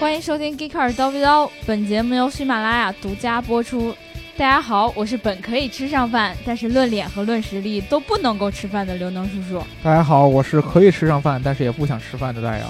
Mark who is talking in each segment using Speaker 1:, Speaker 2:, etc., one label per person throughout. Speaker 1: 欢迎收听《g e e k e r 叨逼叨》，本节目由喜马拉雅独家播出。大家好，我是本可以吃上饭，但是论脸和论实力都不能够吃饭的刘能叔叔。
Speaker 2: 大家好，我是可以吃上饭，但是也不想吃饭的大姚。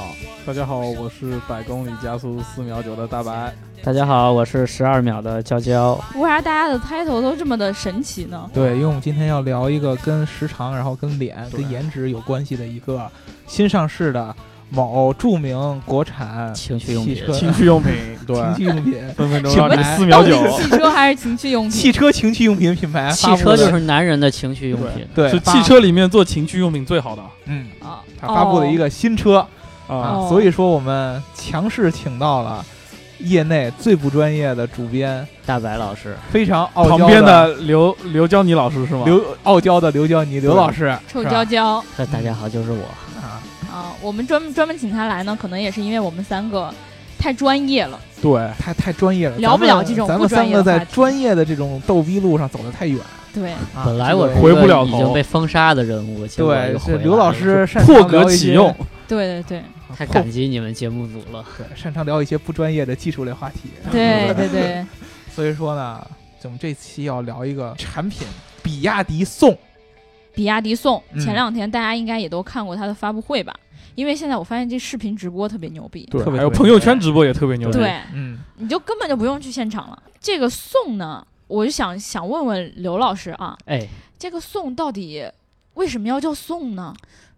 Speaker 3: 大家好，我是百公里加速四秒九的大白。
Speaker 4: 大家好，我是十二秒的娇娇。
Speaker 1: 为啥大家的 title 都这么的神奇呢？
Speaker 2: 对，因为我们今天要聊一个跟时长，然后跟脸、
Speaker 3: 对
Speaker 2: 跟颜值有关系的一个新上市的某著名国产
Speaker 4: 情趣用品
Speaker 2: 汽 车
Speaker 3: 情趣用品，对，
Speaker 2: 情趣用 品、
Speaker 3: 分分钟
Speaker 2: 请
Speaker 3: 让你
Speaker 2: 来
Speaker 3: 四秒九，
Speaker 1: 到底汽车还是情趣 用
Speaker 2: 汽
Speaker 1: 品？
Speaker 2: 车情趣用品品牌
Speaker 4: 汽
Speaker 2: 哎发布
Speaker 4: 车
Speaker 2: 了，
Speaker 4: 就是男人的情趣用品，
Speaker 2: 对
Speaker 3: 是
Speaker 2: 发
Speaker 3: 汽车里面做情趣用品最好的
Speaker 2: 嗯，
Speaker 1: 啊，
Speaker 2: 它发布了一
Speaker 1: 哦
Speaker 2: 个新车、啊
Speaker 1: 哦，
Speaker 2: 所以说我们强势请到了业内最不专业的主编，
Speaker 4: 大白老师，
Speaker 2: 非常啊傲娇
Speaker 3: 旁边的刘刘娇妮老师是吗？
Speaker 2: 刘傲娇的刘娇妮刘老师，啊
Speaker 1: 臭
Speaker 2: 是吧
Speaker 1: 娇娇
Speaker 4: 那大家好，就是我。
Speaker 2: 啊，
Speaker 1: 啊，我们专门专门请他来呢，可能也是因为我们三个太专业了。
Speaker 3: 对，
Speaker 2: 太太专业了，
Speaker 1: 聊不
Speaker 2: 咱
Speaker 1: 了
Speaker 2: 们
Speaker 1: 这种
Speaker 2: 咱
Speaker 1: 不
Speaker 2: 们
Speaker 1: 专
Speaker 2: 三
Speaker 1: 业的
Speaker 2: 个在
Speaker 1: 话题
Speaker 2: 专业的这种逗逼路上走得太远
Speaker 1: 对，
Speaker 2: 啊。
Speaker 4: 本来
Speaker 2: 这
Speaker 4: 我
Speaker 2: 个
Speaker 4: 是一个
Speaker 3: 回不了
Speaker 4: 已
Speaker 3: 头
Speaker 4: 经被封杀的人物，结果
Speaker 2: 对
Speaker 4: 又回
Speaker 2: 这
Speaker 4: 来了
Speaker 2: 刘老师擅
Speaker 3: 破
Speaker 2: 长聊
Speaker 3: 格
Speaker 2: 一
Speaker 3: 启
Speaker 2: 些
Speaker 3: 用，
Speaker 1: 对对对
Speaker 4: 太
Speaker 2: 破
Speaker 4: 感激你们节目组了。
Speaker 2: 对擅长聊一些不专业的技术类话题。
Speaker 1: 对对对，
Speaker 2: 所以说呢，我们这期要聊一个产品，比亚迪宋。
Speaker 1: 比亚迪宋
Speaker 2: 嗯
Speaker 1: 前两天大家应该也都看过它的发布会吧？因为现在我发现这视频直播特别牛逼，
Speaker 3: 对
Speaker 2: 特别
Speaker 3: 还有
Speaker 2: 对
Speaker 3: 朋友圈直播也特别牛逼。
Speaker 1: 对，
Speaker 2: 嗯，
Speaker 1: 你就根本就不用去现场了。这个宋呢，我就想想问问刘老师啊，
Speaker 4: 哎，
Speaker 1: 这个宋到底为什么要叫宋呢？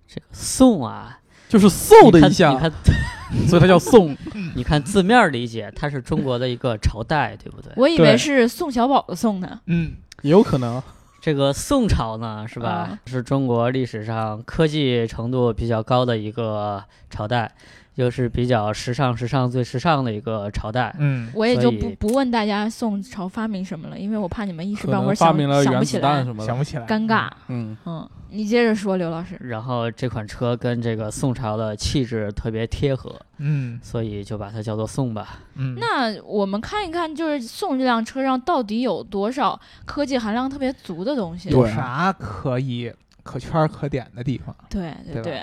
Speaker 4: 这个送啊，
Speaker 3: 就是嗖的一
Speaker 4: 你
Speaker 3: 下，
Speaker 4: 看，
Speaker 3: 所以它叫送。
Speaker 4: 你看字面理解，它是中国的一个朝代，对不对？
Speaker 1: 我以为
Speaker 3: 对
Speaker 1: 是宋小宝的宋呢。
Speaker 2: 嗯，
Speaker 3: 也有可能，
Speaker 4: 这个宋朝呢，是吧？
Speaker 1: 啊
Speaker 4: 是中国历史上科技程度比较高的一个朝代，又是比较时尚、时尚最时尚的一个朝代。
Speaker 2: 嗯，
Speaker 1: 我也就
Speaker 4: 所以
Speaker 1: 不不问大家宋朝发明什么了，因为我怕你们一时
Speaker 3: 可
Speaker 1: 半会儿
Speaker 3: 能
Speaker 1: 想
Speaker 3: 发明了
Speaker 1: 想
Speaker 3: 原
Speaker 1: 不起
Speaker 3: 子弹
Speaker 1: 来，
Speaker 3: 什么
Speaker 2: 想
Speaker 3: 的。
Speaker 2: 不起来，
Speaker 1: 尴尬。
Speaker 3: 嗯，
Speaker 1: 嗯，你接着说，刘老师。
Speaker 4: 然后这款车跟这个宋朝的气质特别贴合，
Speaker 2: 嗯。
Speaker 4: 所以就把它叫做宋吧。
Speaker 2: 嗯嗯，
Speaker 1: 那我们看一看，就是宋这辆车上到底有多少科技含量特别足的东西？
Speaker 3: 对
Speaker 2: 有啥可以可圈儿可点的地方
Speaker 1: 对对
Speaker 2: 对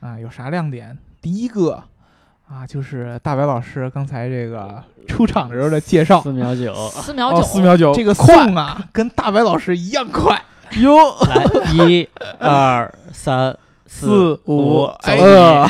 Speaker 2: 吧啊？有啥亮点？第一个啊，就是大白老师刚才这个出场的时候的介绍，
Speaker 4: 四 秒九，
Speaker 1: 四秒九，
Speaker 3: 哦，四秒九，
Speaker 2: 这个
Speaker 3: 快
Speaker 2: 宋啊，跟大白老师一样快。
Speaker 3: 哟，
Speaker 4: 来一、
Speaker 2: 嗯
Speaker 4: 二、三、四。
Speaker 3: 四五，
Speaker 2: 哎
Speaker 3: 呃，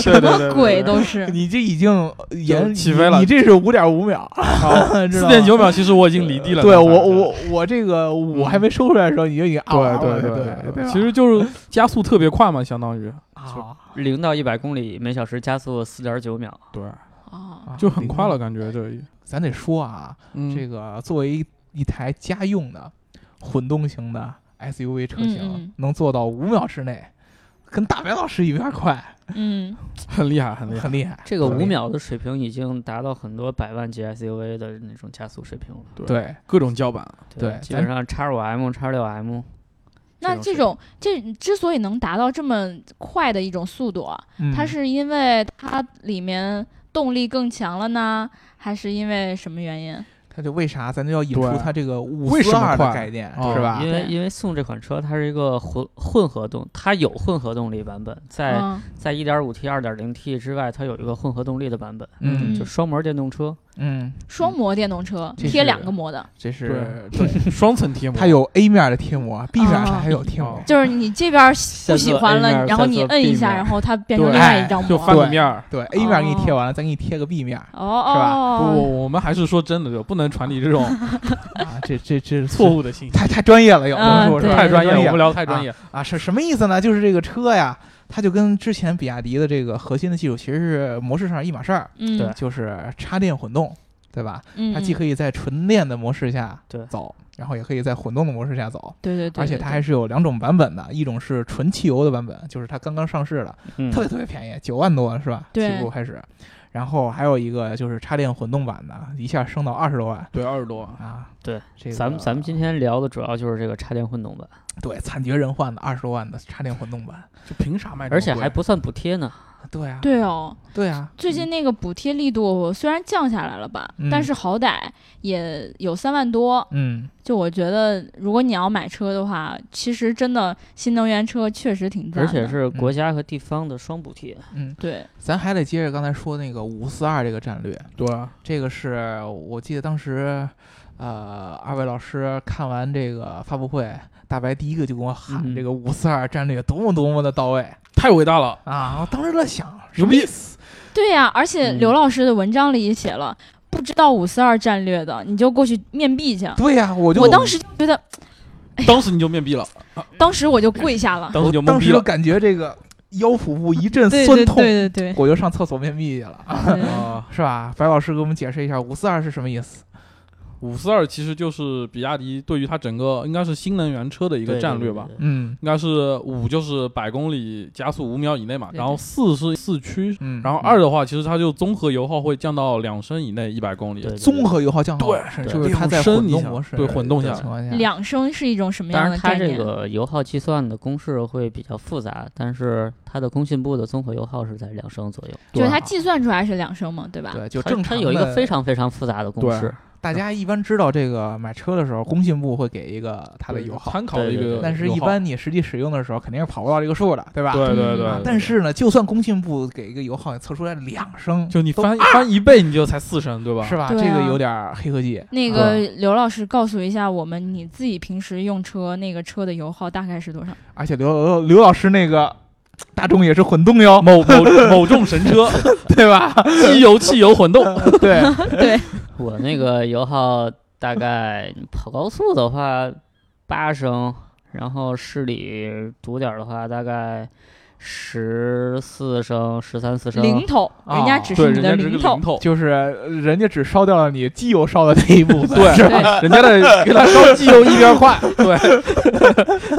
Speaker 3: 什
Speaker 1: 什么鬼都是。
Speaker 2: 你这已经延
Speaker 3: 起飞了
Speaker 2: 你这是五点五秒， 知
Speaker 3: 四
Speaker 2: 道
Speaker 3: 点九
Speaker 2: 吗
Speaker 3: 秒，其实我已经离地了。
Speaker 2: 对
Speaker 3: 刚才
Speaker 2: 我我我这个我还没说出来的时候，你就已经嗷嗷
Speaker 3: 嗯对
Speaker 2: 了
Speaker 3: 对啊
Speaker 2: 对吧
Speaker 3: 其实就是加速特别快嘛，相当于
Speaker 2: 啊，
Speaker 4: 零到一百公里每小时加速四点九秒，
Speaker 3: 对，
Speaker 1: 哦，
Speaker 3: 就很快了，。感觉这一
Speaker 2: 咱得说啊，
Speaker 3: 嗯
Speaker 2: 这个作为一台家用的混动型的 SUV 车
Speaker 1: 嗯嗯
Speaker 2: 型，能做到五秒之内，跟大白老师一样快，
Speaker 1: 嗯，
Speaker 3: 很厉害，很厉害。
Speaker 2: 很厉害。
Speaker 4: 这个
Speaker 2: 很
Speaker 4: 五
Speaker 2: 厉害
Speaker 4: 秒的水平已经达到很多百万级 SUV 的那种加速水平了。
Speaker 2: 对
Speaker 3: 各种叫板，
Speaker 2: 对
Speaker 4: 基本上叉五 M、叉六 M，
Speaker 1: 那这
Speaker 4: 这
Speaker 1: 种这之所以能达到这么快的一种速度啊，
Speaker 2: 嗯
Speaker 1: 它是因为它里面动力更强了呢，还是因为什么原因？
Speaker 2: 它就为啥咱就要引
Speaker 3: 对
Speaker 2: 出它这个五
Speaker 3: 为什
Speaker 2: 四
Speaker 3: 么
Speaker 2: 二的
Speaker 3: 快
Speaker 2: 概念
Speaker 3: 哦
Speaker 2: 是吧
Speaker 4: 因？为
Speaker 1: 对
Speaker 4: 因为宋这款车它是一个混混合动，它有混合动力版本，在
Speaker 1: 嗯
Speaker 4: 在 1.5T、2.0T 之外，它有一个混合动力的版本，
Speaker 2: 嗯
Speaker 4: 就双模电动车。
Speaker 2: 嗯，
Speaker 1: 双模电动车
Speaker 2: 这
Speaker 1: 贴
Speaker 2: 是
Speaker 1: 两个膜 的，
Speaker 2: 这是
Speaker 3: 对， 双层贴膜，
Speaker 2: 它有 A 面的贴膜，B 面它
Speaker 1: 哦
Speaker 2: 还有贴膜
Speaker 3: 哦。
Speaker 1: 就是你这边儿不
Speaker 4: 做
Speaker 1: 喜欢
Speaker 4: A 面
Speaker 1: 了，
Speaker 4: 儿
Speaker 1: 然后
Speaker 4: 再
Speaker 1: 你
Speaker 4: 做
Speaker 1: 摁
Speaker 4: B
Speaker 1: 一下，
Speaker 4: 面儿
Speaker 1: 然后它变成
Speaker 2: 对
Speaker 1: 另外一张
Speaker 3: 哎就
Speaker 1: 膜。
Speaker 3: 翻个面儿。
Speaker 2: 对，A 面给你贴完了，再给你贴个 B 面
Speaker 1: 哦
Speaker 3: 不，
Speaker 1: 哦，
Speaker 3: 我我们还是说真的，就不能传递这种
Speaker 2: 啊，这这这是
Speaker 3: 错误的 信息，
Speaker 2: 太太专业了，有
Speaker 1: 啊
Speaker 2: 的说是
Speaker 1: 对
Speaker 2: 吧
Speaker 3: 太专业了，我
Speaker 2: 了
Speaker 3: 们聊得太专业。
Speaker 2: 啊，是什么意思呢？就是这个车呀，它就跟之前比亚迪的这个核心的技术其实是模式上一码事儿，
Speaker 1: 嗯，
Speaker 4: 对
Speaker 2: 就是插电混动，对吧？
Speaker 1: 嗯，
Speaker 2: 它既
Speaker 1: 以
Speaker 2: 可以在纯电的模式下
Speaker 4: 对
Speaker 2: 走，然后也可以在混动的模式下走，
Speaker 1: 对对对，
Speaker 2: 而且
Speaker 1: 对
Speaker 2: 它
Speaker 1: 对
Speaker 2: 还是有两种版本的，一种是纯汽油的版本，就是它刚刚上市的，
Speaker 4: 嗯
Speaker 2: 特别特别便宜，九万多是吧？
Speaker 1: 对
Speaker 2: 起步开始，然后还有一个就是插电混动版的，一下升到二十多万
Speaker 3: 对，二十多，
Speaker 2: 啊。
Speaker 4: 对，
Speaker 2: 这个
Speaker 4: 咱们咱们今天聊的主要就是这个插电混动版，
Speaker 2: 对惨绝人寰的二十多万的插电混动版，
Speaker 3: 就凭啥卖这么贵？
Speaker 4: 而且还不算补贴呢。
Speaker 2: 对啊，
Speaker 1: 对哦，
Speaker 2: 对啊，
Speaker 1: 最近那个补贴力度虽然降下来了吧，
Speaker 2: 嗯
Speaker 1: 但是好歹也有三万多。
Speaker 2: 嗯，
Speaker 1: 就我觉得，如果你要买车的话，其实真的新能源车确实挺赞
Speaker 4: 而
Speaker 1: 的，
Speaker 4: 且是
Speaker 2: 嗯
Speaker 4: 国家和地方的双补贴。
Speaker 1: 对，
Speaker 2: 咱还得接着刚才说那个五四二这个战略，
Speaker 3: 对啊，
Speaker 2: 这个是我记得当时，呃，二位老师看完这个发布会，大白第一个就跟我喊
Speaker 4: 嗯
Speaker 2: 这个五四二战略多么多么的到位
Speaker 3: 太伟大了，
Speaker 2: 啊！我当时在想，
Speaker 3: 牛逼！
Speaker 1: 对呀、而且
Speaker 4: 嗯
Speaker 1: 刘老师的文章里也写了，不知道五四二战略的，你就过去面壁去。
Speaker 2: 对呀、我就
Speaker 1: 我当时就觉得，
Speaker 3: 当时你就面 壁了，
Speaker 1: 当时我就跪下 了。
Speaker 3: 当时就懵
Speaker 2: 当
Speaker 3: 逼
Speaker 2: 时就
Speaker 3: 了
Speaker 2: 感觉这个腰腹部一阵
Speaker 1: 对
Speaker 2: 酸
Speaker 1: 对
Speaker 2: 痛，
Speaker 1: 对对 对
Speaker 2: 我就上厕所面壁去了，啊
Speaker 1: 对，
Speaker 3: 啊！
Speaker 2: 是吧？白老师给我们解释一下五四二是什么意思？
Speaker 3: 五四二其实就是比亚迪对于它整个应该是新能源车的一
Speaker 4: 一
Speaker 3: 个战略吧，
Speaker 2: 嗯
Speaker 3: 应该是五就是百公里加速五秒以内嘛，
Speaker 1: 对
Speaker 3: 然后四是四驱，
Speaker 2: 嗯，
Speaker 3: 然后二的话其实它就综合油耗会降到两升以内一百公里，
Speaker 4: 对，
Speaker 2: 综合油耗降耗
Speaker 3: 对
Speaker 2: 是
Speaker 4: 对
Speaker 2: 就是它在
Speaker 3: 两升
Speaker 2: 混
Speaker 3: 一
Speaker 2: 动
Speaker 3: 下
Speaker 2: 模式
Speaker 3: 对混动
Speaker 2: 的
Speaker 3: 下
Speaker 2: 情况下，
Speaker 1: 两升是一种什么
Speaker 4: 当
Speaker 1: 样
Speaker 4: 然，
Speaker 1: 的
Speaker 4: 它
Speaker 1: 概
Speaker 4: 这
Speaker 1: 念？
Speaker 4: 个油耗计算的公式会比较复杂，但是它的工信部的综合油耗是在两升左右。
Speaker 1: 就是它
Speaker 2: 对
Speaker 1: 计算出来是两升嘛，对吧？
Speaker 2: 对就
Speaker 4: 啊它
Speaker 2: 正
Speaker 4: 它
Speaker 2: 常
Speaker 4: 有一个
Speaker 2: 的
Speaker 4: 非常非常复杂的公
Speaker 3: 对
Speaker 4: 式，
Speaker 2: 大家一般知道这个买车的时候，工信部会给一个它的油耗，
Speaker 3: 参考的一
Speaker 4: 对对
Speaker 3: 个
Speaker 4: 对
Speaker 3: 油耗，
Speaker 2: 但是一般你实际使用的时候肯定是跑不到这个数的，对吧？啊
Speaker 3: 对对对
Speaker 1: 嗯
Speaker 3: 对，
Speaker 2: 但是呢，就算工信部给一个油耗，你测出来两升，
Speaker 3: 就你翻翻一倍你就才四升对吧？
Speaker 2: 啊是吧？
Speaker 1: 对啊
Speaker 2: 这个有点黑科技。
Speaker 1: 那
Speaker 2: 啊
Speaker 1: 个刘老师告诉一下我们，你自己平时用车那个车的油耗大概是多少？
Speaker 2: 而且刘刘刘老师那个大众也是混动哟，
Speaker 3: 某某某众神车，
Speaker 2: 对吧？
Speaker 3: 机油汽油混动，
Speaker 2: 对，
Speaker 4: 我那个油耗大概跑高速的话八升，然后市里堵点儿的话大概十四升、十三四升。
Speaker 1: 零头，
Speaker 2: 啊
Speaker 1: 人家只
Speaker 3: 对，
Speaker 1: 是你的
Speaker 3: 人家这是
Speaker 1: 零
Speaker 3: 个
Speaker 1: 头
Speaker 3: 零，头，
Speaker 2: 就是人家只烧掉了你机油烧的那一部分，
Speaker 3: 对
Speaker 2: 是吧？
Speaker 1: 对，
Speaker 3: 人家的给他烧机油一边快， 对，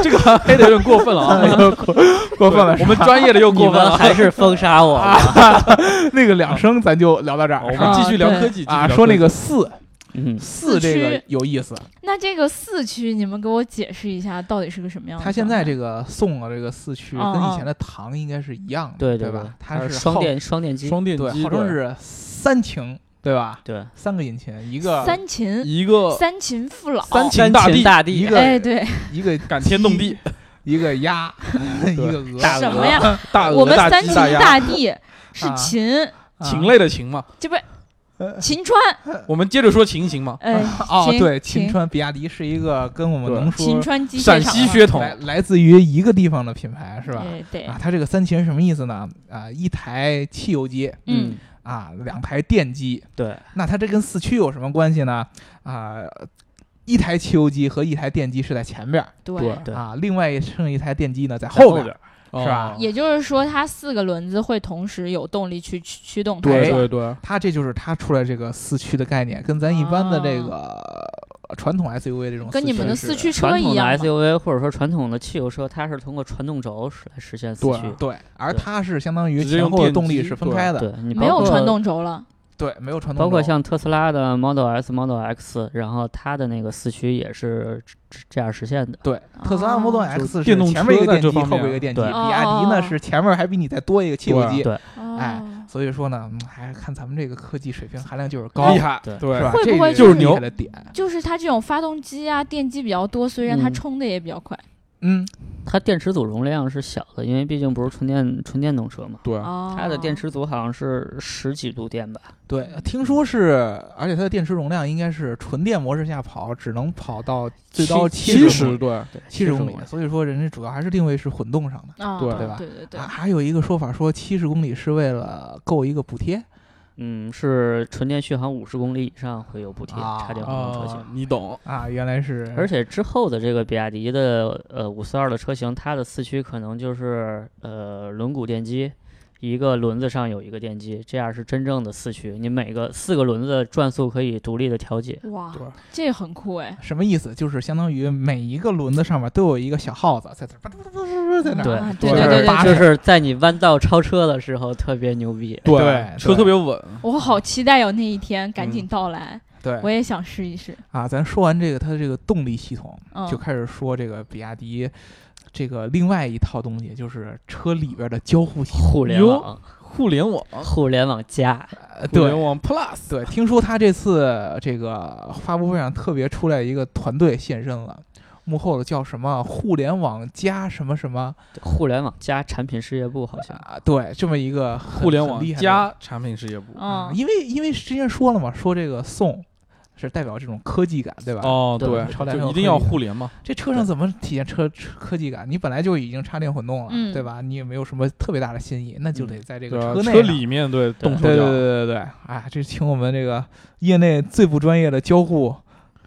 Speaker 3: 这个黑的有点过分了啊，
Speaker 2: 过 分了，
Speaker 3: 我们专业的又
Speaker 4: 你
Speaker 3: 过分
Speaker 4: 们
Speaker 3: 了，
Speaker 4: 还是封杀我吧？
Speaker 2: 那个两升咱就聊到这
Speaker 3: 哦我
Speaker 2: 儿，是
Speaker 3: 们
Speaker 2: 吧？
Speaker 3: 继续聊
Speaker 1: 啊对
Speaker 3: 科技
Speaker 2: 啊，说那个四
Speaker 4: 嗯，
Speaker 2: 四这个有意思，
Speaker 1: 那这个四驱，你们给我解释一下，到底是个什么样的状态？
Speaker 2: 它现在这个送了这个四驱
Speaker 1: 嗯
Speaker 2: 跟以前的唐应该是一样的，
Speaker 4: 对
Speaker 2: 对
Speaker 4: 对
Speaker 2: 吧？，它
Speaker 4: 是
Speaker 2: 是
Speaker 4: 双
Speaker 2: 号
Speaker 4: 电双电机，
Speaker 3: 双电
Speaker 2: 对，
Speaker 3: 机，
Speaker 2: 号称是三擎，对吧？
Speaker 4: 对，
Speaker 2: 三个引擎，一个
Speaker 1: 三秦，
Speaker 3: 一个
Speaker 1: 三秦父老，
Speaker 3: 三秦
Speaker 4: 三
Speaker 3: 大
Speaker 4: 秦
Speaker 3: 地，
Speaker 4: 大
Speaker 2: 一
Speaker 4: 地，
Speaker 2: 个
Speaker 1: 哎，对，
Speaker 2: 一个
Speaker 3: 感天动地，
Speaker 2: 一个鸭，一个鹅，
Speaker 4: 大
Speaker 1: 什
Speaker 4: 鹅
Speaker 1: 么呀？
Speaker 3: 大
Speaker 1: 我
Speaker 3: 鹅
Speaker 1: 们
Speaker 3: 大
Speaker 1: 三
Speaker 3: 鸡
Speaker 1: 秦
Speaker 3: 大鸭，
Speaker 1: 地是
Speaker 2: 啊
Speaker 1: 秦，
Speaker 2: 啊呃
Speaker 3: 禽类的禽嘛，
Speaker 1: 这不是秦川，
Speaker 3: 我们接着说禽行嘛，
Speaker 1: 哎，
Speaker 2: 哦，
Speaker 1: 秦
Speaker 2: 对，
Speaker 1: 秦
Speaker 2: 秦川比亚迪是一个跟我们
Speaker 3: 对
Speaker 2: 能说
Speaker 1: 秦川机械
Speaker 3: 陕
Speaker 1: 厂
Speaker 3: 西
Speaker 1: 嘛
Speaker 3: 血统，
Speaker 2: 来来自于一个地方的品牌是吧？
Speaker 1: 哎，对，
Speaker 2: 啊，它这个三擎是什么意思呢？啊，一台汽油机
Speaker 1: 嗯，
Speaker 2: 啊，两台电机，
Speaker 4: 对，
Speaker 2: 那它这跟四驱有什么关系呢？啊、一台汽油机和一台电机是在前边儿
Speaker 1: 对。
Speaker 4: 对
Speaker 2: 啊，另外剩一台电机呢在后边儿。
Speaker 3: 哦
Speaker 2: 是吧
Speaker 1: 也就是说，它四个轮子会同时有动力去驱驱动它。
Speaker 2: 哎
Speaker 3: 对
Speaker 1: 是吧
Speaker 3: 对对，
Speaker 2: 它这就是它出来这个四驱的概念，跟咱一般的这个、呃传统 SUV 这种
Speaker 1: 跟你们的
Speaker 2: 是
Speaker 1: 四驱车
Speaker 4: 传
Speaker 1: 一
Speaker 4: 统的
Speaker 1: 样嘛。
Speaker 4: SUV 或者说传统的汽油车，它是通过传动轴是来实现四
Speaker 3: 对
Speaker 4: 驱。
Speaker 2: 对，啊而
Speaker 4: 对
Speaker 2: 它是相当于
Speaker 3: 直接
Speaker 2: 前
Speaker 3: 用
Speaker 2: 后的
Speaker 3: 电
Speaker 2: 动力
Speaker 3: 机
Speaker 2: 是分开的，
Speaker 4: 对你
Speaker 1: 没
Speaker 4: 包
Speaker 1: 有
Speaker 4: 括
Speaker 1: 传，动轴了，
Speaker 2: 对没有传统。
Speaker 4: 包括像特斯拉的 Model S、Model X，然后它的那个四驱也是这样实现的。
Speaker 2: 对特斯拉 Model
Speaker 1: 哦
Speaker 2: X 是
Speaker 3: 电动
Speaker 2: 前面一
Speaker 3: 车
Speaker 2: 个
Speaker 3: 在
Speaker 2: 电
Speaker 3: 这
Speaker 2: 机，
Speaker 3: 方
Speaker 2: 后边
Speaker 3: 面
Speaker 2: 一个电机，比
Speaker 4: 对
Speaker 2: 亚迪呢
Speaker 1: 哦
Speaker 2: 是前面还比你再多一个汽油
Speaker 3: 对
Speaker 2: 机。
Speaker 4: 对
Speaker 2: 哎
Speaker 1: 哦
Speaker 2: 所以说呢，嗯还是看咱们这个科技水平含量就是高，
Speaker 3: 厉害，
Speaker 4: 对
Speaker 2: 是吧？
Speaker 1: 会不
Speaker 2: 这
Speaker 1: 会
Speaker 2: 个
Speaker 3: 就是
Speaker 2: 厉
Speaker 3: 牛
Speaker 2: 害的点？
Speaker 1: 就是它这种发动机啊，电机比较多，所以让它
Speaker 4: 嗯
Speaker 1: 充的也比较快。
Speaker 2: 嗯，
Speaker 4: 它电池组容量是小的，因为毕竟不是纯电纯电动车嘛。
Speaker 3: 对，
Speaker 1: 哦，
Speaker 4: 它的电池组好像是十几度电吧？
Speaker 2: 对，听说是，而且它的电池容量应该是纯电模式下跑，只能跑到最高
Speaker 3: 七
Speaker 2: 十
Speaker 3: 十对，
Speaker 4: 对，
Speaker 2: 七十
Speaker 4: 公
Speaker 2: 公
Speaker 4: 里
Speaker 2: 里，。所以说人家主要还是定位是混动上的。
Speaker 1: 啊，
Speaker 3: 对
Speaker 2: 对吧
Speaker 1: 对对对
Speaker 2: 啊，还有一个说法说七十公里是为了够一个补贴，
Speaker 4: 嗯，是纯电续航五十公里以上会有补贴，
Speaker 2: 啊
Speaker 4: 插电混动车型
Speaker 3: 啊。，你懂，
Speaker 2: 啊，原来
Speaker 3: 嗯
Speaker 2: 是，
Speaker 4: 而且之后的这个比亚迪的呃五四二的车型，它的四驱可能就是呃轮毂电机，一个轮子上有一个电机，这样是真正的四驱。你每个四个轮子转速可以独立的调节。
Speaker 1: 哇
Speaker 3: 对，
Speaker 1: 这个很酷哎！
Speaker 2: 什么意思？就是相当于每一个轮子上面都有一个小耗子在这儿，在那
Speaker 4: 对
Speaker 1: 啊对
Speaker 2: 对就
Speaker 1: 对
Speaker 2: 是
Speaker 1: 对
Speaker 2: 八
Speaker 1: 对，
Speaker 4: 就
Speaker 2: 十
Speaker 4: 是在你弯道超车的时候特别牛逼。
Speaker 2: 对
Speaker 3: 车特别稳，
Speaker 1: 我好期待有那一天赶紧到来，
Speaker 2: 对
Speaker 1: 我也想试一试。
Speaker 2: 啊，咱说完这个它这个动力系统，
Speaker 1: 嗯，
Speaker 2: 就开始说这个比亚迪这个另外一套东西，就是车里边的交互系统
Speaker 4: 互联
Speaker 2: 哟
Speaker 4: 网，
Speaker 3: 互联网，
Speaker 4: 互联网加，
Speaker 2: 呃
Speaker 3: 互
Speaker 2: 对
Speaker 3: 联网 Plus，
Speaker 2: 对，听说他这次这个发布会上特别出来一个团队现身了，幕后的叫什么“互联网加什么什么
Speaker 4: 互联网加产品事业部好”像。
Speaker 2: 啊？对，这么一个很
Speaker 3: 互联
Speaker 2: 很
Speaker 3: 网
Speaker 2: 厉害的
Speaker 3: 加产品事业部。
Speaker 2: 啊、
Speaker 1: 嗯，
Speaker 2: 因为因为之前说了嘛，说这个宋是代表这种科技感，对吧？
Speaker 3: 哦，
Speaker 4: 对
Speaker 3: 对，
Speaker 2: 超载
Speaker 3: 就
Speaker 2: 车
Speaker 3: 一定要
Speaker 2: 可以
Speaker 3: 互联嘛。
Speaker 2: 这车上怎么体现车车科技感？你本来就已经插电混动了，
Speaker 1: 嗯
Speaker 2: 对吧？你也没有什么特别大的新意，那就得在这
Speaker 3: 嗯对
Speaker 2: 个
Speaker 3: 吧
Speaker 2: 车内
Speaker 3: 车
Speaker 2: 啊
Speaker 3: 里面对动手
Speaker 2: 对对对
Speaker 3: 脚，
Speaker 2: 对对对，哎，这请我们这个业内最不专业的交互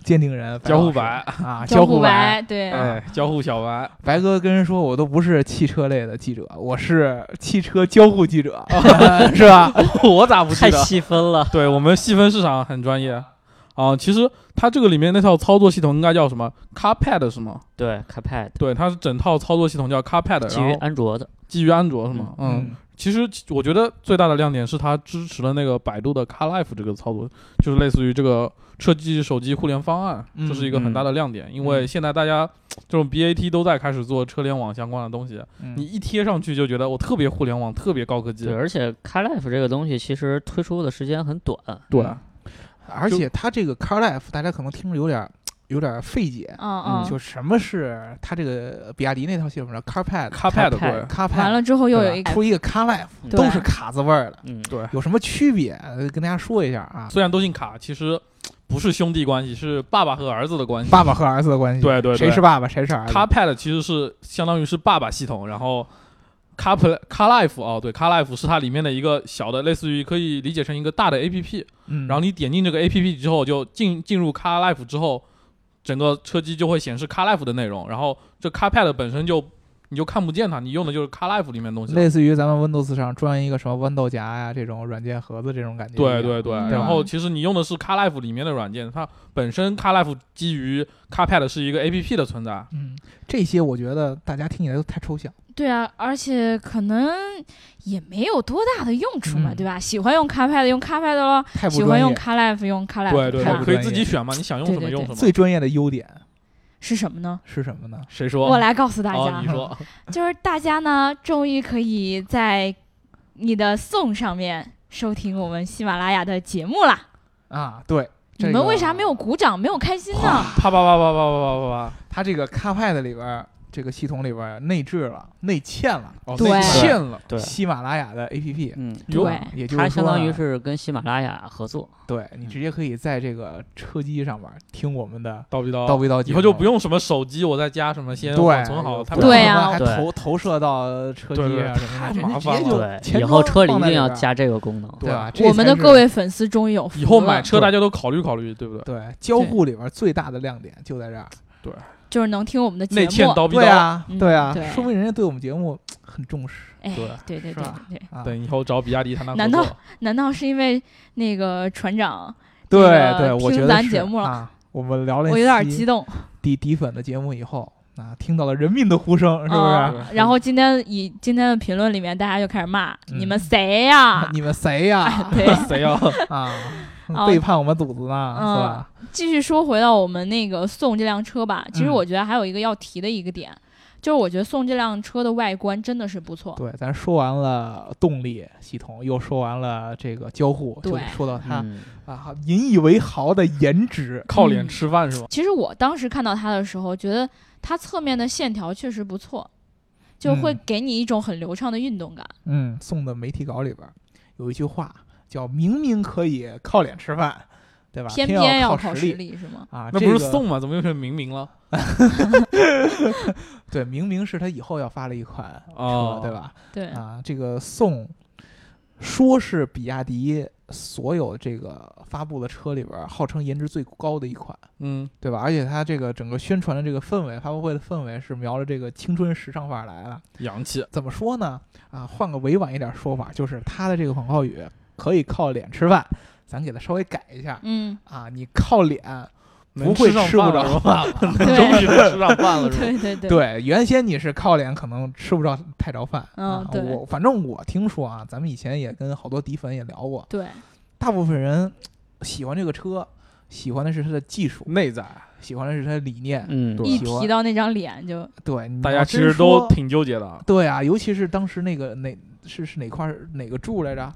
Speaker 2: 鉴定人白
Speaker 3: 交互
Speaker 2: 老师
Speaker 3: 白
Speaker 2: 啊，
Speaker 1: 交
Speaker 2: 交
Speaker 1: 互
Speaker 2: 互白，
Speaker 1: 白，对，
Speaker 2: 啊
Speaker 3: 哎，交互小白，
Speaker 2: 白哥跟人说，我都不是汽车类的记者，我是汽车交互记 者，是吧？ 嗯
Speaker 3: 我咋不记
Speaker 4: 太
Speaker 3: 得？
Speaker 4: 细分了，
Speaker 3: 对我们细分市场很专业啊。其实它这个里面那套操作系统应该叫什么？CarPad 是吗？
Speaker 4: 对，iPad
Speaker 3: 对，它是整套操作系统叫 CarPad，
Speaker 4: 基于
Speaker 3: 然后
Speaker 4: 安卓的，
Speaker 3: 基于安卓是吗？嗯，其实我觉得最大的亮点是它支持了那个百度的 CarLife 这个操作，就是类似于这个车机手机互联方案，
Speaker 2: 嗯
Speaker 3: 这是一个很大的亮点。因为现在大家这种 BAT 都在开始做车联网相关的东西，
Speaker 2: 嗯，
Speaker 3: 你一贴上去就觉得我特别互联网，特别高科技
Speaker 4: 对，。而且 CarLife 这个东西其实推出的时间很短，
Speaker 3: 对，
Speaker 2: 而且他这个 Car Life，大家可能听着有点有点费解，
Speaker 1: 嗯嗯，
Speaker 2: 就什么是他这个比亚迪那套系统叫 Car Pad
Speaker 3: CarPad
Speaker 4: 对
Speaker 3: 对
Speaker 1: 完
Speaker 2: Car Pad，
Speaker 1: 了之后又有一个
Speaker 2: 出一个 Car Life，
Speaker 4: 嗯
Speaker 2: 都是卡字辈儿的，
Speaker 4: 嗯，
Speaker 3: 对，
Speaker 2: 有什么区别？呃跟大家说一下啊，
Speaker 3: 虽然都姓卡，其实不是兄弟关系，是爸爸和儿子的关系。
Speaker 2: 爸爸和儿子的关系，
Speaker 3: 对对对
Speaker 2: 嗯谁是爸爸，谁是儿子？
Speaker 3: CarPad 其实是相当于是爸爸系统，然后 Car Play Car Life 哦，对，Car Life 是它里面的一个小的，类似于可以理解成一个大的 APP。
Speaker 2: 嗯，
Speaker 3: 然后
Speaker 2: 后
Speaker 3: 你点进这个 APP 之后，就进进入 Car Life 之后，整个车机就会显示 Car Life 的内容，然后这 CarPad 本身就你就看不见它，你用的就是 Car Life 里面的东西。
Speaker 2: 类似于咱们 Windows 上装一个什么豌豆荚呀这种软件盒子这种感觉一样，啊
Speaker 3: 对对对，
Speaker 1: 嗯
Speaker 3: 然后其实你用的是 Car Life 里面的软件，它本身 Car Life 基于 CarPad 是一个 APP 的存在。
Speaker 2: 嗯，这些我觉得大家听起来都太抽象。
Speaker 1: 对啊，而且可能也没有多大的用处嘛，
Speaker 2: 嗯
Speaker 1: 对吧？喜欢用 CarPad 用 CarPad 咯，
Speaker 2: 太不
Speaker 1: 喜欢
Speaker 2: 专
Speaker 1: 用
Speaker 2: 业。
Speaker 1: CarLife 用哎 CarLife，
Speaker 3: 对对
Speaker 1: 是
Speaker 2: 太
Speaker 1: 吧
Speaker 2: 不
Speaker 3: 对，可以
Speaker 2: 专
Speaker 3: 自
Speaker 2: 业
Speaker 3: 己选嘛，你想用
Speaker 1: 对
Speaker 3: 什么
Speaker 1: 对
Speaker 3: 用
Speaker 1: 对
Speaker 3: 什么。
Speaker 2: 最专业的优点
Speaker 1: 是什么呢？
Speaker 2: 是什么呢？
Speaker 3: 谁说？
Speaker 1: 我来告诉大
Speaker 3: 哦
Speaker 1: 家，
Speaker 3: 你说
Speaker 1: 就是大家呢，终于可以在你的 Song 上面收听我们喜马拉雅的节目啦。
Speaker 2: 啊，对，这
Speaker 1: 你们
Speaker 2: 个
Speaker 1: 为啥没有？鼓掌，没有开心呢？
Speaker 3: 啪啪啪啪啪啪啪啪
Speaker 2: 它这个 CarPad 里边儿这个系统里边儿内置了、内嵌了
Speaker 3: 啪，哦，
Speaker 1: 对
Speaker 3: 内嵌
Speaker 2: 嵌
Speaker 3: 了，
Speaker 4: 对，
Speaker 2: 喜马拉雅的 APP，
Speaker 4: 嗯，
Speaker 3: 哟
Speaker 1: 对，
Speaker 2: 也就是
Speaker 4: 它相当
Speaker 2: 说
Speaker 4: 于
Speaker 2: 呢
Speaker 4: 是跟喜马拉雅合作，
Speaker 2: 对你直接可以在这个车机上面听我们的
Speaker 3: 叨逼叨，
Speaker 2: 叨逼叨节
Speaker 3: 以
Speaker 2: 目，
Speaker 3: 后就不用什么手机，我在家什么先保
Speaker 2: 对
Speaker 3: 存好，他
Speaker 1: 们对
Speaker 2: 呀，
Speaker 1: 啊
Speaker 2: 还
Speaker 4: 对
Speaker 2: 投投射到车机
Speaker 3: 对对
Speaker 2: 啊什么的，
Speaker 3: 太
Speaker 2: 人家
Speaker 3: 麻
Speaker 2: 直接
Speaker 3: 烦
Speaker 2: 就
Speaker 4: 对，
Speaker 2: 前
Speaker 4: 以后
Speaker 2: 装
Speaker 4: 车里
Speaker 2: 放
Speaker 4: 一
Speaker 2: 在
Speaker 4: 定要
Speaker 2: 边儿，
Speaker 4: 加这个功能，
Speaker 2: 对吧？这
Speaker 1: 我们
Speaker 2: 才
Speaker 1: 的
Speaker 2: 是
Speaker 1: 各位粉丝终于有福
Speaker 3: 以后买
Speaker 1: 了
Speaker 3: 车大家都考虑考虑，对不对？
Speaker 2: 对交互里边儿最大的亮点就在这儿。
Speaker 1: 就是能听我们的节
Speaker 3: 内嵌
Speaker 1: 目。
Speaker 3: 叨逼
Speaker 2: 对
Speaker 3: 叨，
Speaker 2: 啊
Speaker 1: 嗯，
Speaker 2: 啊
Speaker 1: 对，
Speaker 2: 说明人家对我们节目很重视
Speaker 1: 哎，
Speaker 3: 对
Speaker 1: 对对对
Speaker 2: 是
Speaker 1: 对
Speaker 2: 吧
Speaker 1: 对，
Speaker 2: 啊。
Speaker 3: 等以后找比亚迪谈谈合
Speaker 1: 难道
Speaker 3: 作。
Speaker 1: 难道是因为那个船长？
Speaker 2: 对
Speaker 1: 那个
Speaker 2: 对，我
Speaker 1: 听
Speaker 2: 觉得
Speaker 1: 咱
Speaker 2: 是
Speaker 1: 节目了
Speaker 2: 啊。我们聊了，
Speaker 1: 我有点激动，
Speaker 2: 底底粉的节目以后啊，听到了人民的呼声，是不嗯是？
Speaker 1: 啊然后今天以今天的评论里面，大家就开始骂
Speaker 2: 嗯
Speaker 1: 你们谁 呀？
Speaker 2: 你们谁呀？
Speaker 1: 对，
Speaker 3: 谁 要
Speaker 2: 啊
Speaker 1: 啊，
Speaker 2: 背叛我们祖子呢，
Speaker 1: 嗯
Speaker 2: 是吧？
Speaker 1: 继续说回到我们那个宋这辆车吧，其实
Speaker 2: 嗯
Speaker 1: 我觉得还有一个要提的一个点，就是我觉得宋这辆车的外观真的是不错。
Speaker 2: 对，咱说完了动力系统，又说完了这个交互，
Speaker 1: 对
Speaker 2: 就得说到它
Speaker 4: 嗯，
Speaker 2: 啊引以为豪的颜值。
Speaker 3: 靠脸吃饭
Speaker 2: 嗯
Speaker 3: 是吧？
Speaker 1: 其实我当时看到它的时候，觉得它侧面的线条确实不错，就会
Speaker 2: 嗯
Speaker 1: 给你一种很流畅的运动感。
Speaker 2: 嗯，送的媒体稿里边儿有一句话叫“明明可以靠脸吃饭”，对吧？
Speaker 1: 偏
Speaker 2: 偏
Speaker 1: 偏要靠
Speaker 2: 靠
Speaker 1: 实
Speaker 2: 力
Speaker 1: 力是吗？
Speaker 2: 啊，
Speaker 3: 那
Speaker 2: 这
Speaker 3: 不是
Speaker 2: 个
Speaker 3: 送吗？怎么又成明明了？
Speaker 2: 对，明明是他以后要发了一款车，
Speaker 3: 哦
Speaker 2: 对吧？
Speaker 1: 对，
Speaker 2: 啊，这个宋说是比亚迪所有这个发布的车里边儿号称颜值最高的一款，
Speaker 3: 嗯，
Speaker 2: 对吧？而且它这个整个宣传的这个氛围，发布会的氛围是瞄着这个青春时尚范儿来了。
Speaker 3: 洋 气。
Speaker 2: 怎么说呢？啊，换个委婉一点说法，就是它的这个广告语可以靠脸吃饭，咱给它稍微改一下
Speaker 1: 嗯，
Speaker 2: 啊，你靠脸
Speaker 3: 能
Speaker 2: 不会
Speaker 3: 吃上
Speaker 2: 吃不
Speaker 3: 饭了
Speaker 2: 着
Speaker 3: 是
Speaker 2: 饭 了。
Speaker 3: 终于
Speaker 1: 对，
Speaker 3: 能吃上 饭了是吧？
Speaker 1: 对对对，
Speaker 2: 对，原先你是靠脸，可能吃不着太着饭。
Speaker 1: 嗯
Speaker 2: 啊
Speaker 1: 对
Speaker 2: 我反正我听说啊，咱们以前也跟好多底粉也聊过，
Speaker 1: 对
Speaker 2: 大部分人喜欢这个车，喜欢的是它的技术，
Speaker 3: 内在，
Speaker 2: 喜欢的是它的理念。
Speaker 4: 嗯，
Speaker 3: 对
Speaker 1: 一
Speaker 2: 喜欢
Speaker 1: 提到那张脸就
Speaker 2: 对，你
Speaker 3: 大
Speaker 2: 要
Speaker 3: 家其
Speaker 2: 哦真
Speaker 3: 实都
Speaker 2: 说
Speaker 3: 挺纠结的。
Speaker 2: 啊对啊，尤其是当时那个那是是哪块儿哪个柱来着？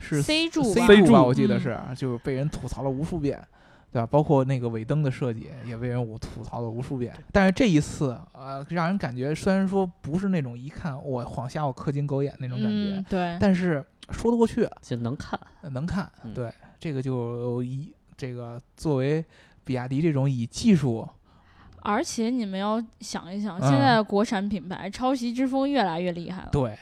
Speaker 2: 是
Speaker 1: C 柱吧嗯
Speaker 2: C 柱吧，
Speaker 3: C 柱
Speaker 2: 我记得是，就是被人吐槽了无数遍，对吧？包括那个尾灯的设计也被人我吐槽了无数遍。但是这一次，呃，让人感觉虽然说不是那种一看我晃瞎我氪金狗眼那种感觉，
Speaker 1: 嗯，对，
Speaker 2: 但是说得过去，
Speaker 4: 就能看。
Speaker 2: 能看。
Speaker 4: 嗯
Speaker 2: 对，这个就以这个作为比亚迪这种以技术，
Speaker 1: 而且你们要想一想，
Speaker 2: 嗯
Speaker 1: 现在的国产品牌抄袭之风越来越厉害了。
Speaker 2: 对嗯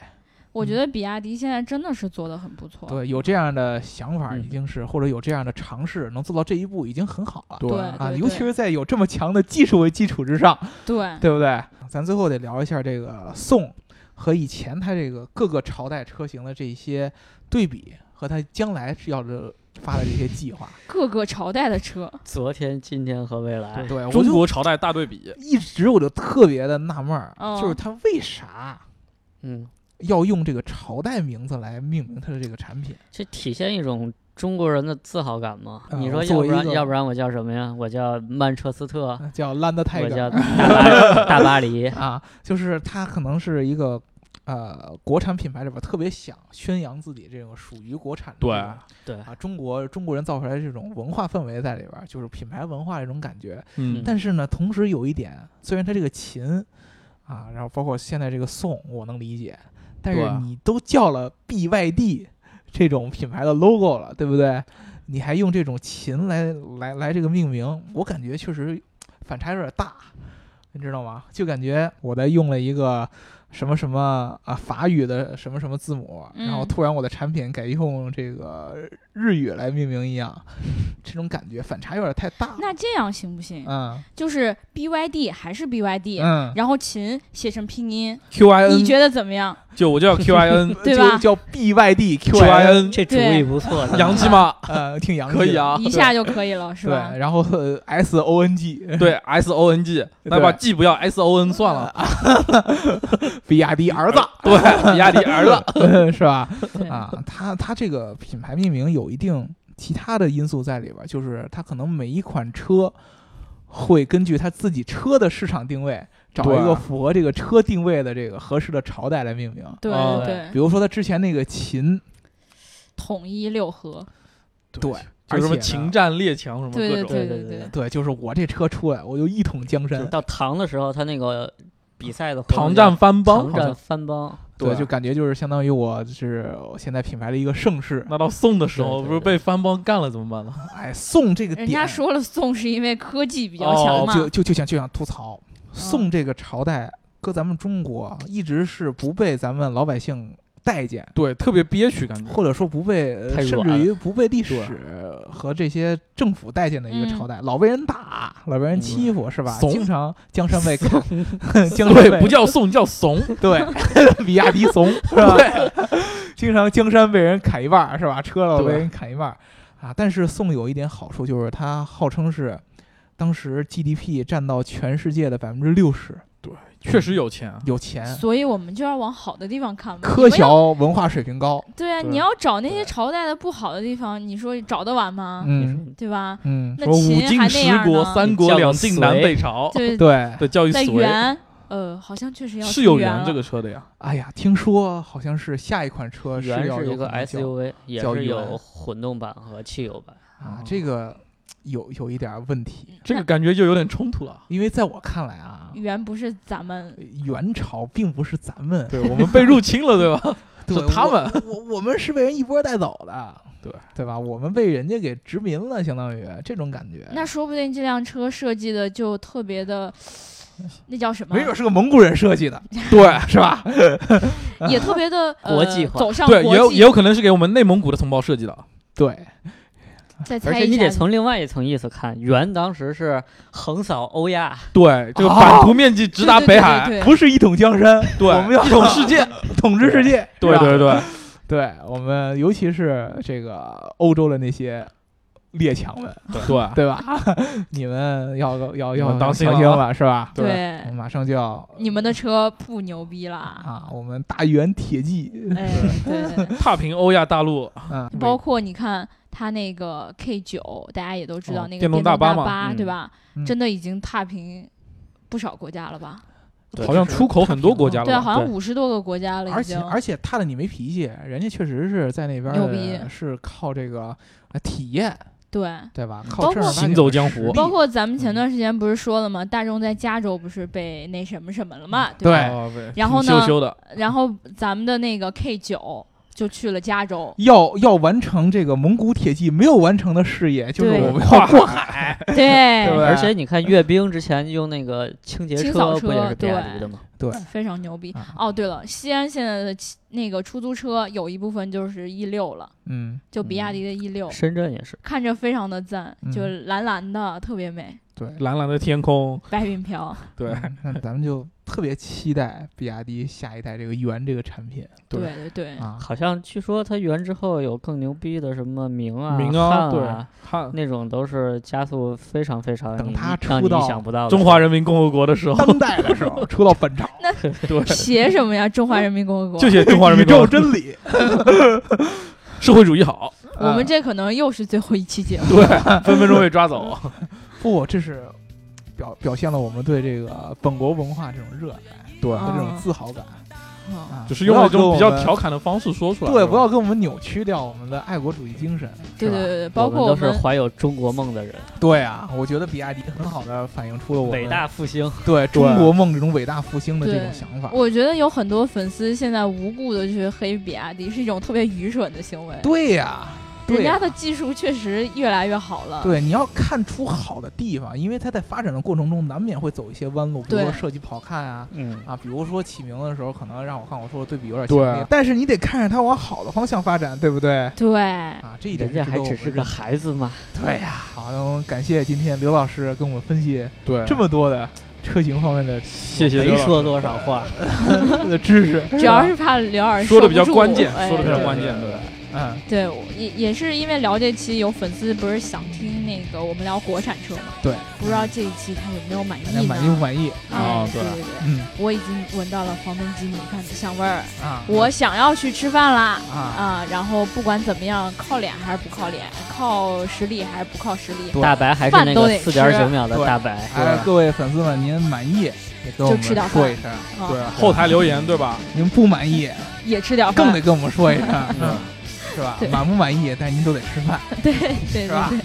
Speaker 1: 我觉得比亚迪现在真的是做的很不错。
Speaker 2: 对，有这样的想法
Speaker 4: 嗯
Speaker 2: 已经是，或者有这样的尝试，能做到这一步已经很好了。
Speaker 3: 对
Speaker 1: 对
Speaker 2: 啊，尤其是在有这么强的技术为基础之上，
Speaker 1: 对
Speaker 2: 对不对？咱最后得聊一下这个宋和以前它这个各个朝代车型的这些对比，和它将来是要的发的这些计划。
Speaker 1: 各个朝代的车，
Speaker 4: 昨天、今天和未来，
Speaker 2: 对，我
Speaker 3: 中
Speaker 2: 就
Speaker 3: 国朝代大 对比，
Speaker 2: 一直我就特别的纳闷儿，
Speaker 1: 嗯
Speaker 2: 就是它为啥
Speaker 4: 嗯，
Speaker 2: 要用这个朝代名字来命名它的这个产品？
Speaker 4: 这体现一种中国人的自豪感嘛。
Speaker 2: 啊
Speaker 4: 你说
Speaker 2: 我
Speaker 4: 要
Speaker 2: 作
Speaker 4: 不
Speaker 2: 为一
Speaker 4: 然
Speaker 2: 个
Speaker 4: 要不然我叫什么呀？我叫曼彻斯特，
Speaker 2: 叫兰德泰
Speaker 4: 我 叫
Speaker 2: 格
Speaker 4: 大巴大巴 黎。
Speaker 2: 啊，就是它可能是一个呃国产品牌里边特别想宣扬自己这种属于国产的这
Speaker 3: 对
Speaker 2: 种
Speaker 4: 对，
Speaker 2: 啊中国中国人造出来的这种文化氛围在里边儿，就是品牌文化这种感觉。
Speaker 3: 嗯，
Speaker 2: 但是呢，同时有一点，虽然它这个秦啊，然后包括现在这个宋，我能理解，但
Speaker 3: 对
Speaker 2: 是
Speaker 3: 啊
Speaker 2: 你都叫了 BYD 这种品牌的 logo 了，对不对？你还用这种秦来来来这个命名，我感觉确实反差有点大，你知道吗？就感觉我在用了一个什么什么啊法语的什么什么字母，然后
Speaker 1: 嗯
Speaker 2: 突然我的产品改用这个日语来命名一样，这种感觉反差有点太大了。
Speaker 1: 那这样行不行？
Speaker 2: 嗯
Speaker 1: 就是 BYD 还是 BYD，、
Speaker 2: 嗯，
Speaker 1: 然后秦写成拼音，
Speaker 2: Q I
Speaker 3: 嗯
Speaker 1: 你觉得怎么样？
Speaker 3: 就我就叫 Q I N
Speaker 1: 对吧
Speaker 2: 叫 B Y D Q
Speaker 3: Q I
Speaker 2: I N，
Speaker 3: N，
Speaker 4: 这主意不 错的，
Speaker 3: 洋气吗？
Speaker 2: 呃，挺洋气的
Speaker 3: 可以。啊，
Speaker 1: 一下就可以了，是
Speaker 2: 对，
Speaker 1: 吧？
Speaker 2: 然后呃 S O N G，
Speaker 3: 对 S O N G，那把 G 不要 S O N 算了，
Speaker 2: 比亚迪儿子，
Speaker 3: 对，比亚 迪儿子，
Speaker 2: 子是吧？
Speaker 1: 对
Speaker 2: 啊，它它这个品牌命名有一定其他的因素在里边儿，就是它可能每一款车会根据它自己车的市场定位，找
Speaker 3: 对啊
Speaker 2: 一个符合这个车定位的这个合适的朝代来命名。
Speaker 1: 对
Speaker 3: 哦
Speaker 1: 对
Speaker 2: 比如说它之前那个秦，
Speaker 1: 统一六合，
Speaker 2: 对，
Speaker 3: 就什么
Speaker 2: 而且呢
Speaker 3: 秦战列强什么
Speaker 1: 对
Speaker 3: 各
Speaker 1: 对
Speaker 3: 种，
Speaker 1: 对
Speaker 4: 对对
Speaker 1: 对，
Speaker 2: 对，就是我这车出来，我就一统江
Speaker 4: 就
Speaker 2: 山。
Speaker 4: 到唐的时候，他那个比赛的活动
Speaker 3: 唐
Speaker 4: 叫
Speaker 3: 战番邦
Speaker 4: 唐
Speaker 3: 好像
Speaker 4: 战番邦，
Speaker 2: 对，
Speaker 3: 对
Speaker 2: 就感觉就是相当于我是我现在品牌的一个盛世。
Speaker 3: 那到宋的时
Speaker 4: 对
Speaker 3: 候，
Speaker 4: 对
Speaker 3: 不是
Speaker 4: 对
Speaker 3: 被番邦干了怎么办呢？
Speaker 2: 哎，宋这个点，
Speaker 1: 人家说了宋是因为科技比较强
Speaker 3: 哦
Speaker 1: 嘛，嗯
Speaker 2: 就就就想就想吐槽，宋这个朝代搁咱们中国一直是不被咱们老百姓待见，
Speaker 3: 对，特别憋屈感觉。
Speaker 2: 或者说不被呃
Speaker 4: 太
Speaker 2: 甚
Speaker 4: 软
Speaker 2: 至于不被历史和这些政府待见的
Speaker 1: 嗯
Speaker 2: 一个朝代，老被人打，老被人欺负，是吧？
Speaker 3: 怂
Speaker 2: 经常江山 被江山
Speaker 3: 对，
Speaker 2: 被
Speaker 3: 不 叫宋叫怂，
Speaker 2: 对比亚迪 怂是吧？ 经常江山被人砍一半儿是吧？车了被
Speaker 3: 对
Speaker 2: 人砍一半儿啊！但是宋有一点好处就是它号称是当时 GDP 占到全世界的百分之六十，
Speaker 3: 确实有钱啊。
Speaker 2: 有钱，
Speaker 1: 所以我们就要往好的地方看嘛。
Speaker 2: 科
Speaker 1: 你们要
Speaker 2: 学文化水平高，
Speaker 1: 对啊，
Speaker 3: 对
Speaker 1: 你要找那些
Speaker 2: 对
Speaker 1: 朝代的不好的地方，你说找得完吗？
Speaker 2: 嗯
Speaker 1: 对吧？
Speaker 2: 嗯，
Speaker 1: 那
Speaker 3: 什么
Speaker 1: 秦
Speaker 3: 五
Speaker 1: 还
Speaker 3: 晋
Speaker 1: 那
Speaker 3: 十
Speaker 1: 样
Speaker 3: 国、
Speaker 1: 呢？
Speaker 3: 三国、两晋、南北朝，
Speaker 1: 对，
Speaker 2: 对，
Speaker 3: 对，叫一
Speaker 1: 在
Speaker 3: 隋
Speaker 1: 元，呃，好像确实要
Speaker 3: 是有
Speaker 1: 元啊
Speaker 3: 元这
Speaker 1: 了
Speaker 3: 个车的呀。
Speaker 2: 哎呀，听说好像是下一款车呃是
Speaker 4: 原
Speaker 2: 要
Speaker 4: 是
Speaker 2: 有
Speaker 4: 一个
Speaker 2: 可能叫
Speaker 4: SUV，也
Speaker 2: 叫
Speaker 4: 是
Speaker 2: 原
Speaker 4: 有混动版和汽油版。
Speaker 2: 啊，这个有有一点问题，
Speaker 3: 这个感觉就有点冲突了。
Speaker 2: 因为在我看来啊，
Speaker 1: 元不是咱们
Speaker 2: 元朝并不是咱们，
Speaker 3: 对我们被入侵了，对吧？
Speaker 2: 对
Speaker 3: 是他
Speaker 2: 我
Speaker 3: 们，
Speaker 2: 我我们是被人一波带走的，
Speaker 3: 对
Speaker 2: 对吧？我们被人家给殖民了，相当于这种感觉。
Speaker 1: 那说不定这辆车设计的就特别的，那叫什么？
Speaker 2: 没准是个蒙古人 设计的，对，是吧？
Speaker 1: 也特别的
Speaker 4: 国际
Speaker 1: 呃、
Speaker 4: 化
Speaker 1: 走上
Speaker 3: 对，
Speaker 1: 国
Speaker 3: 也有
Speaker 1: 际
Speaker 3: 也有可能是给我们内蒙古的同胞设计 的。啊
Speaker 2: 对，
Speaker 1: 再猜
Speaker 4: 而
Speaker 1: 一下，
Speaker 4: 且你得从另外一层意思看，元当时是横扫欧亚，
Speaker 3: 对，这个
Speaker 2: 哦
Speaker 3: 版图面积直达北海，
Speaker 1: 对对对对
Speaker 2: 不是一统江 山，
Speaker 3: 啊对
Speaker 2: 我们要
Speaker 3: 一统 世界，
Speaker 2: 统治世界，
Speaker 3: 对啊
Speaker 2: 是吧
Speaker 3: 对对，
Speaker 2: 对，我们尤其是这个欧洲的那些列强们，
Speaker 3: 对啊
Speaker 2: 对吧？
Speaker 1: 啊
Speaker 2: 你们要要
Speaker 3: 你
Speaker 2: 要
Speaker 3: 们当心
Speaker 2: 心
Speaker 3: 了啊
Speaker 2: 了，是吧？
Speaker 1: 对
Speaker 2: 我马上就要
Speaker 1: 哎你们的车不牛逼啦。
Speaker 2: 啊，我们大元铁骑，
Speaker 1: 哎，对， 对
Speaker 3: 踏平欧亚大陆，
Speaker 2: 嗯，
Speaker 1: 包括你看它那个 K 九，大家也都知道
Speaker 3: 哦
Speaker 1: 那个
Speaker 3: 电动
Speaker 1: 大
Speaker 3: 大巴嘛
Speaker 1: 巴，
Speaker 3: 嗯
Speaker 1: 对吧？
Speaker 2: 嗯
Speaker 1: 真的已经踏平不少国家了吧？
Speaker 4: 对
Speaker 3: 好像出口很多国家了
Speaker 1: 对啊，
Speaker 3: 吧？
Speaker 1: 好像
Speaker 4: 对
Speaker 1: 五十多个国家了
Speaker 2: 而
Speaker 1: 已
Speaker 2: 且
Speaker 1: 经。
Speaker 2: 而且踏的你没脾气，人家确实是在那边
Speaker 1: 牛
Speaker 2: 的
Speaker 1: 逼
Speaker 2: 是靠这个呃体验，
Speaker 1: 对，
Speaker 2: 对吧？
Speaker 3: 嗯
Speaker 2: 靠
Speaker 1: 包
Speaker 2: 正儿
Speaker 1: 括
Speaker 2: 八经
Speaker 3: 行走
Speaker 2: 的
Speaker 3: 江
Speaker 2: 实
Speaker 3: 湖
Speaker 2: 力
Speaker 1: 包括咱
Speaker 3: 嗯
Speaker 1: 们前段时间不是说了吗？大众在加州不是被那什么什么了嘛，对吧？
Speaker 2: 哦对
Speaker 3: 啊对
Speaker 1: 然后呢
Speaker 3: 挺羞羞的，
Speaker 1: 然后咱们的那个 K 九就去了加 州，
Speaker 2: 要要完成这个蒙古铁骑没有完成的事业，就是
Speaker 1: 对
Speaker 2: 我 们要过海。
Speaker 3: 海，
Speaker 1: 对
Speaker 2: 对吧
Speaker 4: 而且你看阅兵之前用那个清洁
Speaker 1: 哎清
Speaker 4: 车
Speaker 1: 扫
Speaker 4: 不也
Speaker 1: 车
Speaker 4: 是比亚迪
Speaker 1: 对
Speaker 4: 的吗？
Speaker 2: 对，
Speaker 1: 非常牛逼。
Speaker 2: 啊
Speaker 1: 哦，对了，西安现在的汽那个出租车有一部分就是 E 六了，
Speaker 2: 嗯，
Speaker 1: 就比亚迪的 E 六、
Speaker 4: 深圳也是，
Speaker 1: 看着非常的赞，
Speaker 2: 嗯
Speaker 1: 就蓝蓝的，特别美，
Speaker 2: 对
Speaker 3: 蓝蓝的天空，
Speaker 1: 白云飘。
Speaker 3: 对，
Speaker 2: 嗯那咱们就特别期待比亚迪下一代这个元这个产品
Speaker 3: 对
Speaker 1: 对对对，
Speaker 2: 啊。
Speaker 4: 好像据说它圆之后有更牛逼的什么明啊、
Speaker 3: 明
Speaker 4: 汉
Speaker 3: 啊，对
Speaker 4: 啊，
Speaker 3: 汉，
Speaker 4: 那种都是加速非常非常
Speaker 2: 等
Speaker 4: 你
Speaker 2: 它
Speaker 4: 让
Speaker 2: 出
Speaker 4: 你
Speaker 2: 到
Speaker 4: 意想不到的
Speaker 3: 中华人民共和国的时候，
Speaker 2: 当代的 时候出到本朝，
Speaker 3: 对，
Speaker 1: 写什么呀？中华人民共和国。
Speaker 3: 就写中华人
Speaker 2: 宇
Speaker 3: 民共
Speaker 2: 宙
Speaker 3: 和国，
Speaker 2: 真理。
Speaker 3: 社会主义好，
Speaker 1: 我们
Speaker 2: 嗯
Speaker 1: 这可能又是最后一期 节目。
Speaker 3: 对，分分钟被抓走，
Speaker 2: 嗯啊不，这是表表现了我们对这个本国文化这种热爱
Speaker 3: 对
Speaker 2: 和这种
Speaker 1: 啊
Speaker 2: 自豪感，
Speaker 1: 嗯
Speaker 2: 啊
Speaker 3: 只是用了一种比较
Speaker 2: 不要跟我们
Speaker 3: 调侃的方式说出来，
Speaker 2: 对，
Speaker 3: 是吧
Speaker 2: 不要给我们扭曲掉我们的爱国主义精神。
Speaker 1: 对
Speaker 2: 是吧
Speaker 1: 对对对，包括我
Speaker 4: 我们都
Speaker 1: 们
Speaker 4: 是怀有中国梦的人，
Speaker 2: 对啊，我觉得比亚迪很好的反映出了我们
Speaker 4: 伟大复兴。
Speaker 2: 对中国梦这种伟大复兴的这
Speaker 1: 对
Speaker 2: 种想法。
Speaker 1: 我觉得有很多粉丝现在无故的去黑比亚迪，是一种特别愚蠢的行为。
Speaker 2: 对呀、对
Speaker 1: 人
Speaker 2: 呀、
Speaker 1: 家的技术确实越来越好了。
Speaker 2: 对，你要看出好的地方，因为它在发展的过程中难免会走一些弯路，比如
Speaker 1: 对
Speaker 2: 说设计不好看啊。
Speaker 4: 嗯，
Speaker 2: 啊，比如说起名的时候，可能让我看我说的对比有点
Speaker 3: 对
Speaker 2: 强烈，但是你得看着它往好的方向发展，对不对？
Speaker 1: 对
Speaker 2: 啊，这一点
Speaker 4: 嗯人
Speaker 2: 值
Speaker 4: 家还
Speaker 2: 得我
Speaker 4: 只
Speaker 2: 们
Speaker 4: 是个
Speaker 2: 认
Speaker 4: 孩子嘛。
Speaker 2: 对呀、好，那我们感谢今天刘老师跟我们分析
Speaker 3: 对，
Speaker 2: 这么多的车型方面的
Speaker 3: 谢谢
Speaker 4: 没
Speaker 3: 刘老师
Speaker 4: 说多少话，
Speaker 2: 的知识，
Speaker 1: 主要是怕刘老师
Speaker 3: 说的
Speaker 1: 得
Speaker 3: 比较关键，
Speaker 1: 哎
Speaker 3: 说的比
Speaker 2: 对
Speaker 3: 较
Speaker 2: 对
Speaker 3: 关
Speaker 2: 对
Speaker 3: 键，
Speaker 2: 对
Speaker 3: 对，
Speaker 2: 嗯，
Speaker 1: 对，我也也是因为聊这期，有粉丝不是想听那个我们聊国产车嘛？
Speaker 2: 对，
Speaker 1: 不知道这一期他有没有满
Speaker 2: 大家
Speaker 1: 意呢？
Speaker 2: 啊满意不满意？
Speaker 1: 哎
Speaker 3: 啊
Speaker 1: 对
Speaker 3: 对
Speaker 1: 对，
Speaker 2: 嗯
Speaker 1: 我已经闻到了黄焖鸡米饭的香味儿，
Speaker 2: 啊，
Speaker 1: 我想要去吃饭啦。
Speaker 2: 啊，
Speaker 1: 啊，然后不管怎么样，靠脸还是不靠脸，靠实力还是不靠实力，
Speaker 2: 对
Speaker 4: 大白还是
Speaker 1: 饭
Speaker 4: 那
Speaker 1: 都
Speaker 4: 个
Speaker 1: 得
Speaker 4: 四点九
Speaker 1: 吃啊
Speaker 4: 秒的
Speaker 2: 对
Speaker 4: 大白。
Speaker 2: 哎，各位粉丝们，您满意也跟我
Speaker 1: 就
Speaker 2: 们
Speaker 1: 吃点
Speaker 2: 说
Speaker 1: 饭
Speaker 2: 一声，
Speaker 1: 啊
Speaker 2: 对，
Speaker 3: 后台留言对吧？
Speaker 2: 您不满意
Speaker 1: 也吃点
Speaker 2: 更
Speaker 1: 饭。
Speaker 2: 得跟我们说一 声，
Speaker 4: 嗯，
Speaker 2: 是吧
Speaker 1: 对？
Speaker 2: 满不满意？但您都得吃饭，
Speaker 1: 对对对
Speaker 2: 是吧
Speaker 1: 对，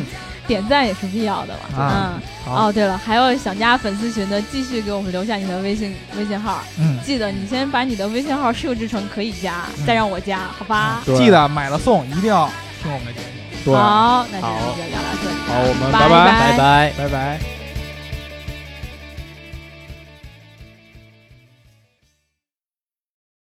Speaker 1: 点赞也是必要的嘛。
Speaker 2: 啊
Speaker 1: 嗯，
Speaker 2: 好，
Speaker 1: 哦对了，还有想加粉丝群的，继续给我们留下你的微信微信号。
Speaker 2: 嗯，
Speaker 1: 记得你先把你的微信号设置成可以加，
Speaker 2: 嗯
Speaker 1: 再让我加，好吧？
Speaker 3: 对
Speaker 2: 记得买了送一定要听我们的节目，
Speaker 3: 嗯对，好，
Speaker 1: 好，那这期就聊到这里，
Speaker 3: 我们
Speaker 1: 拜
Speaker 3: 拜。
Speaker 4: 拜拜。
Speaker 2: 拜拜。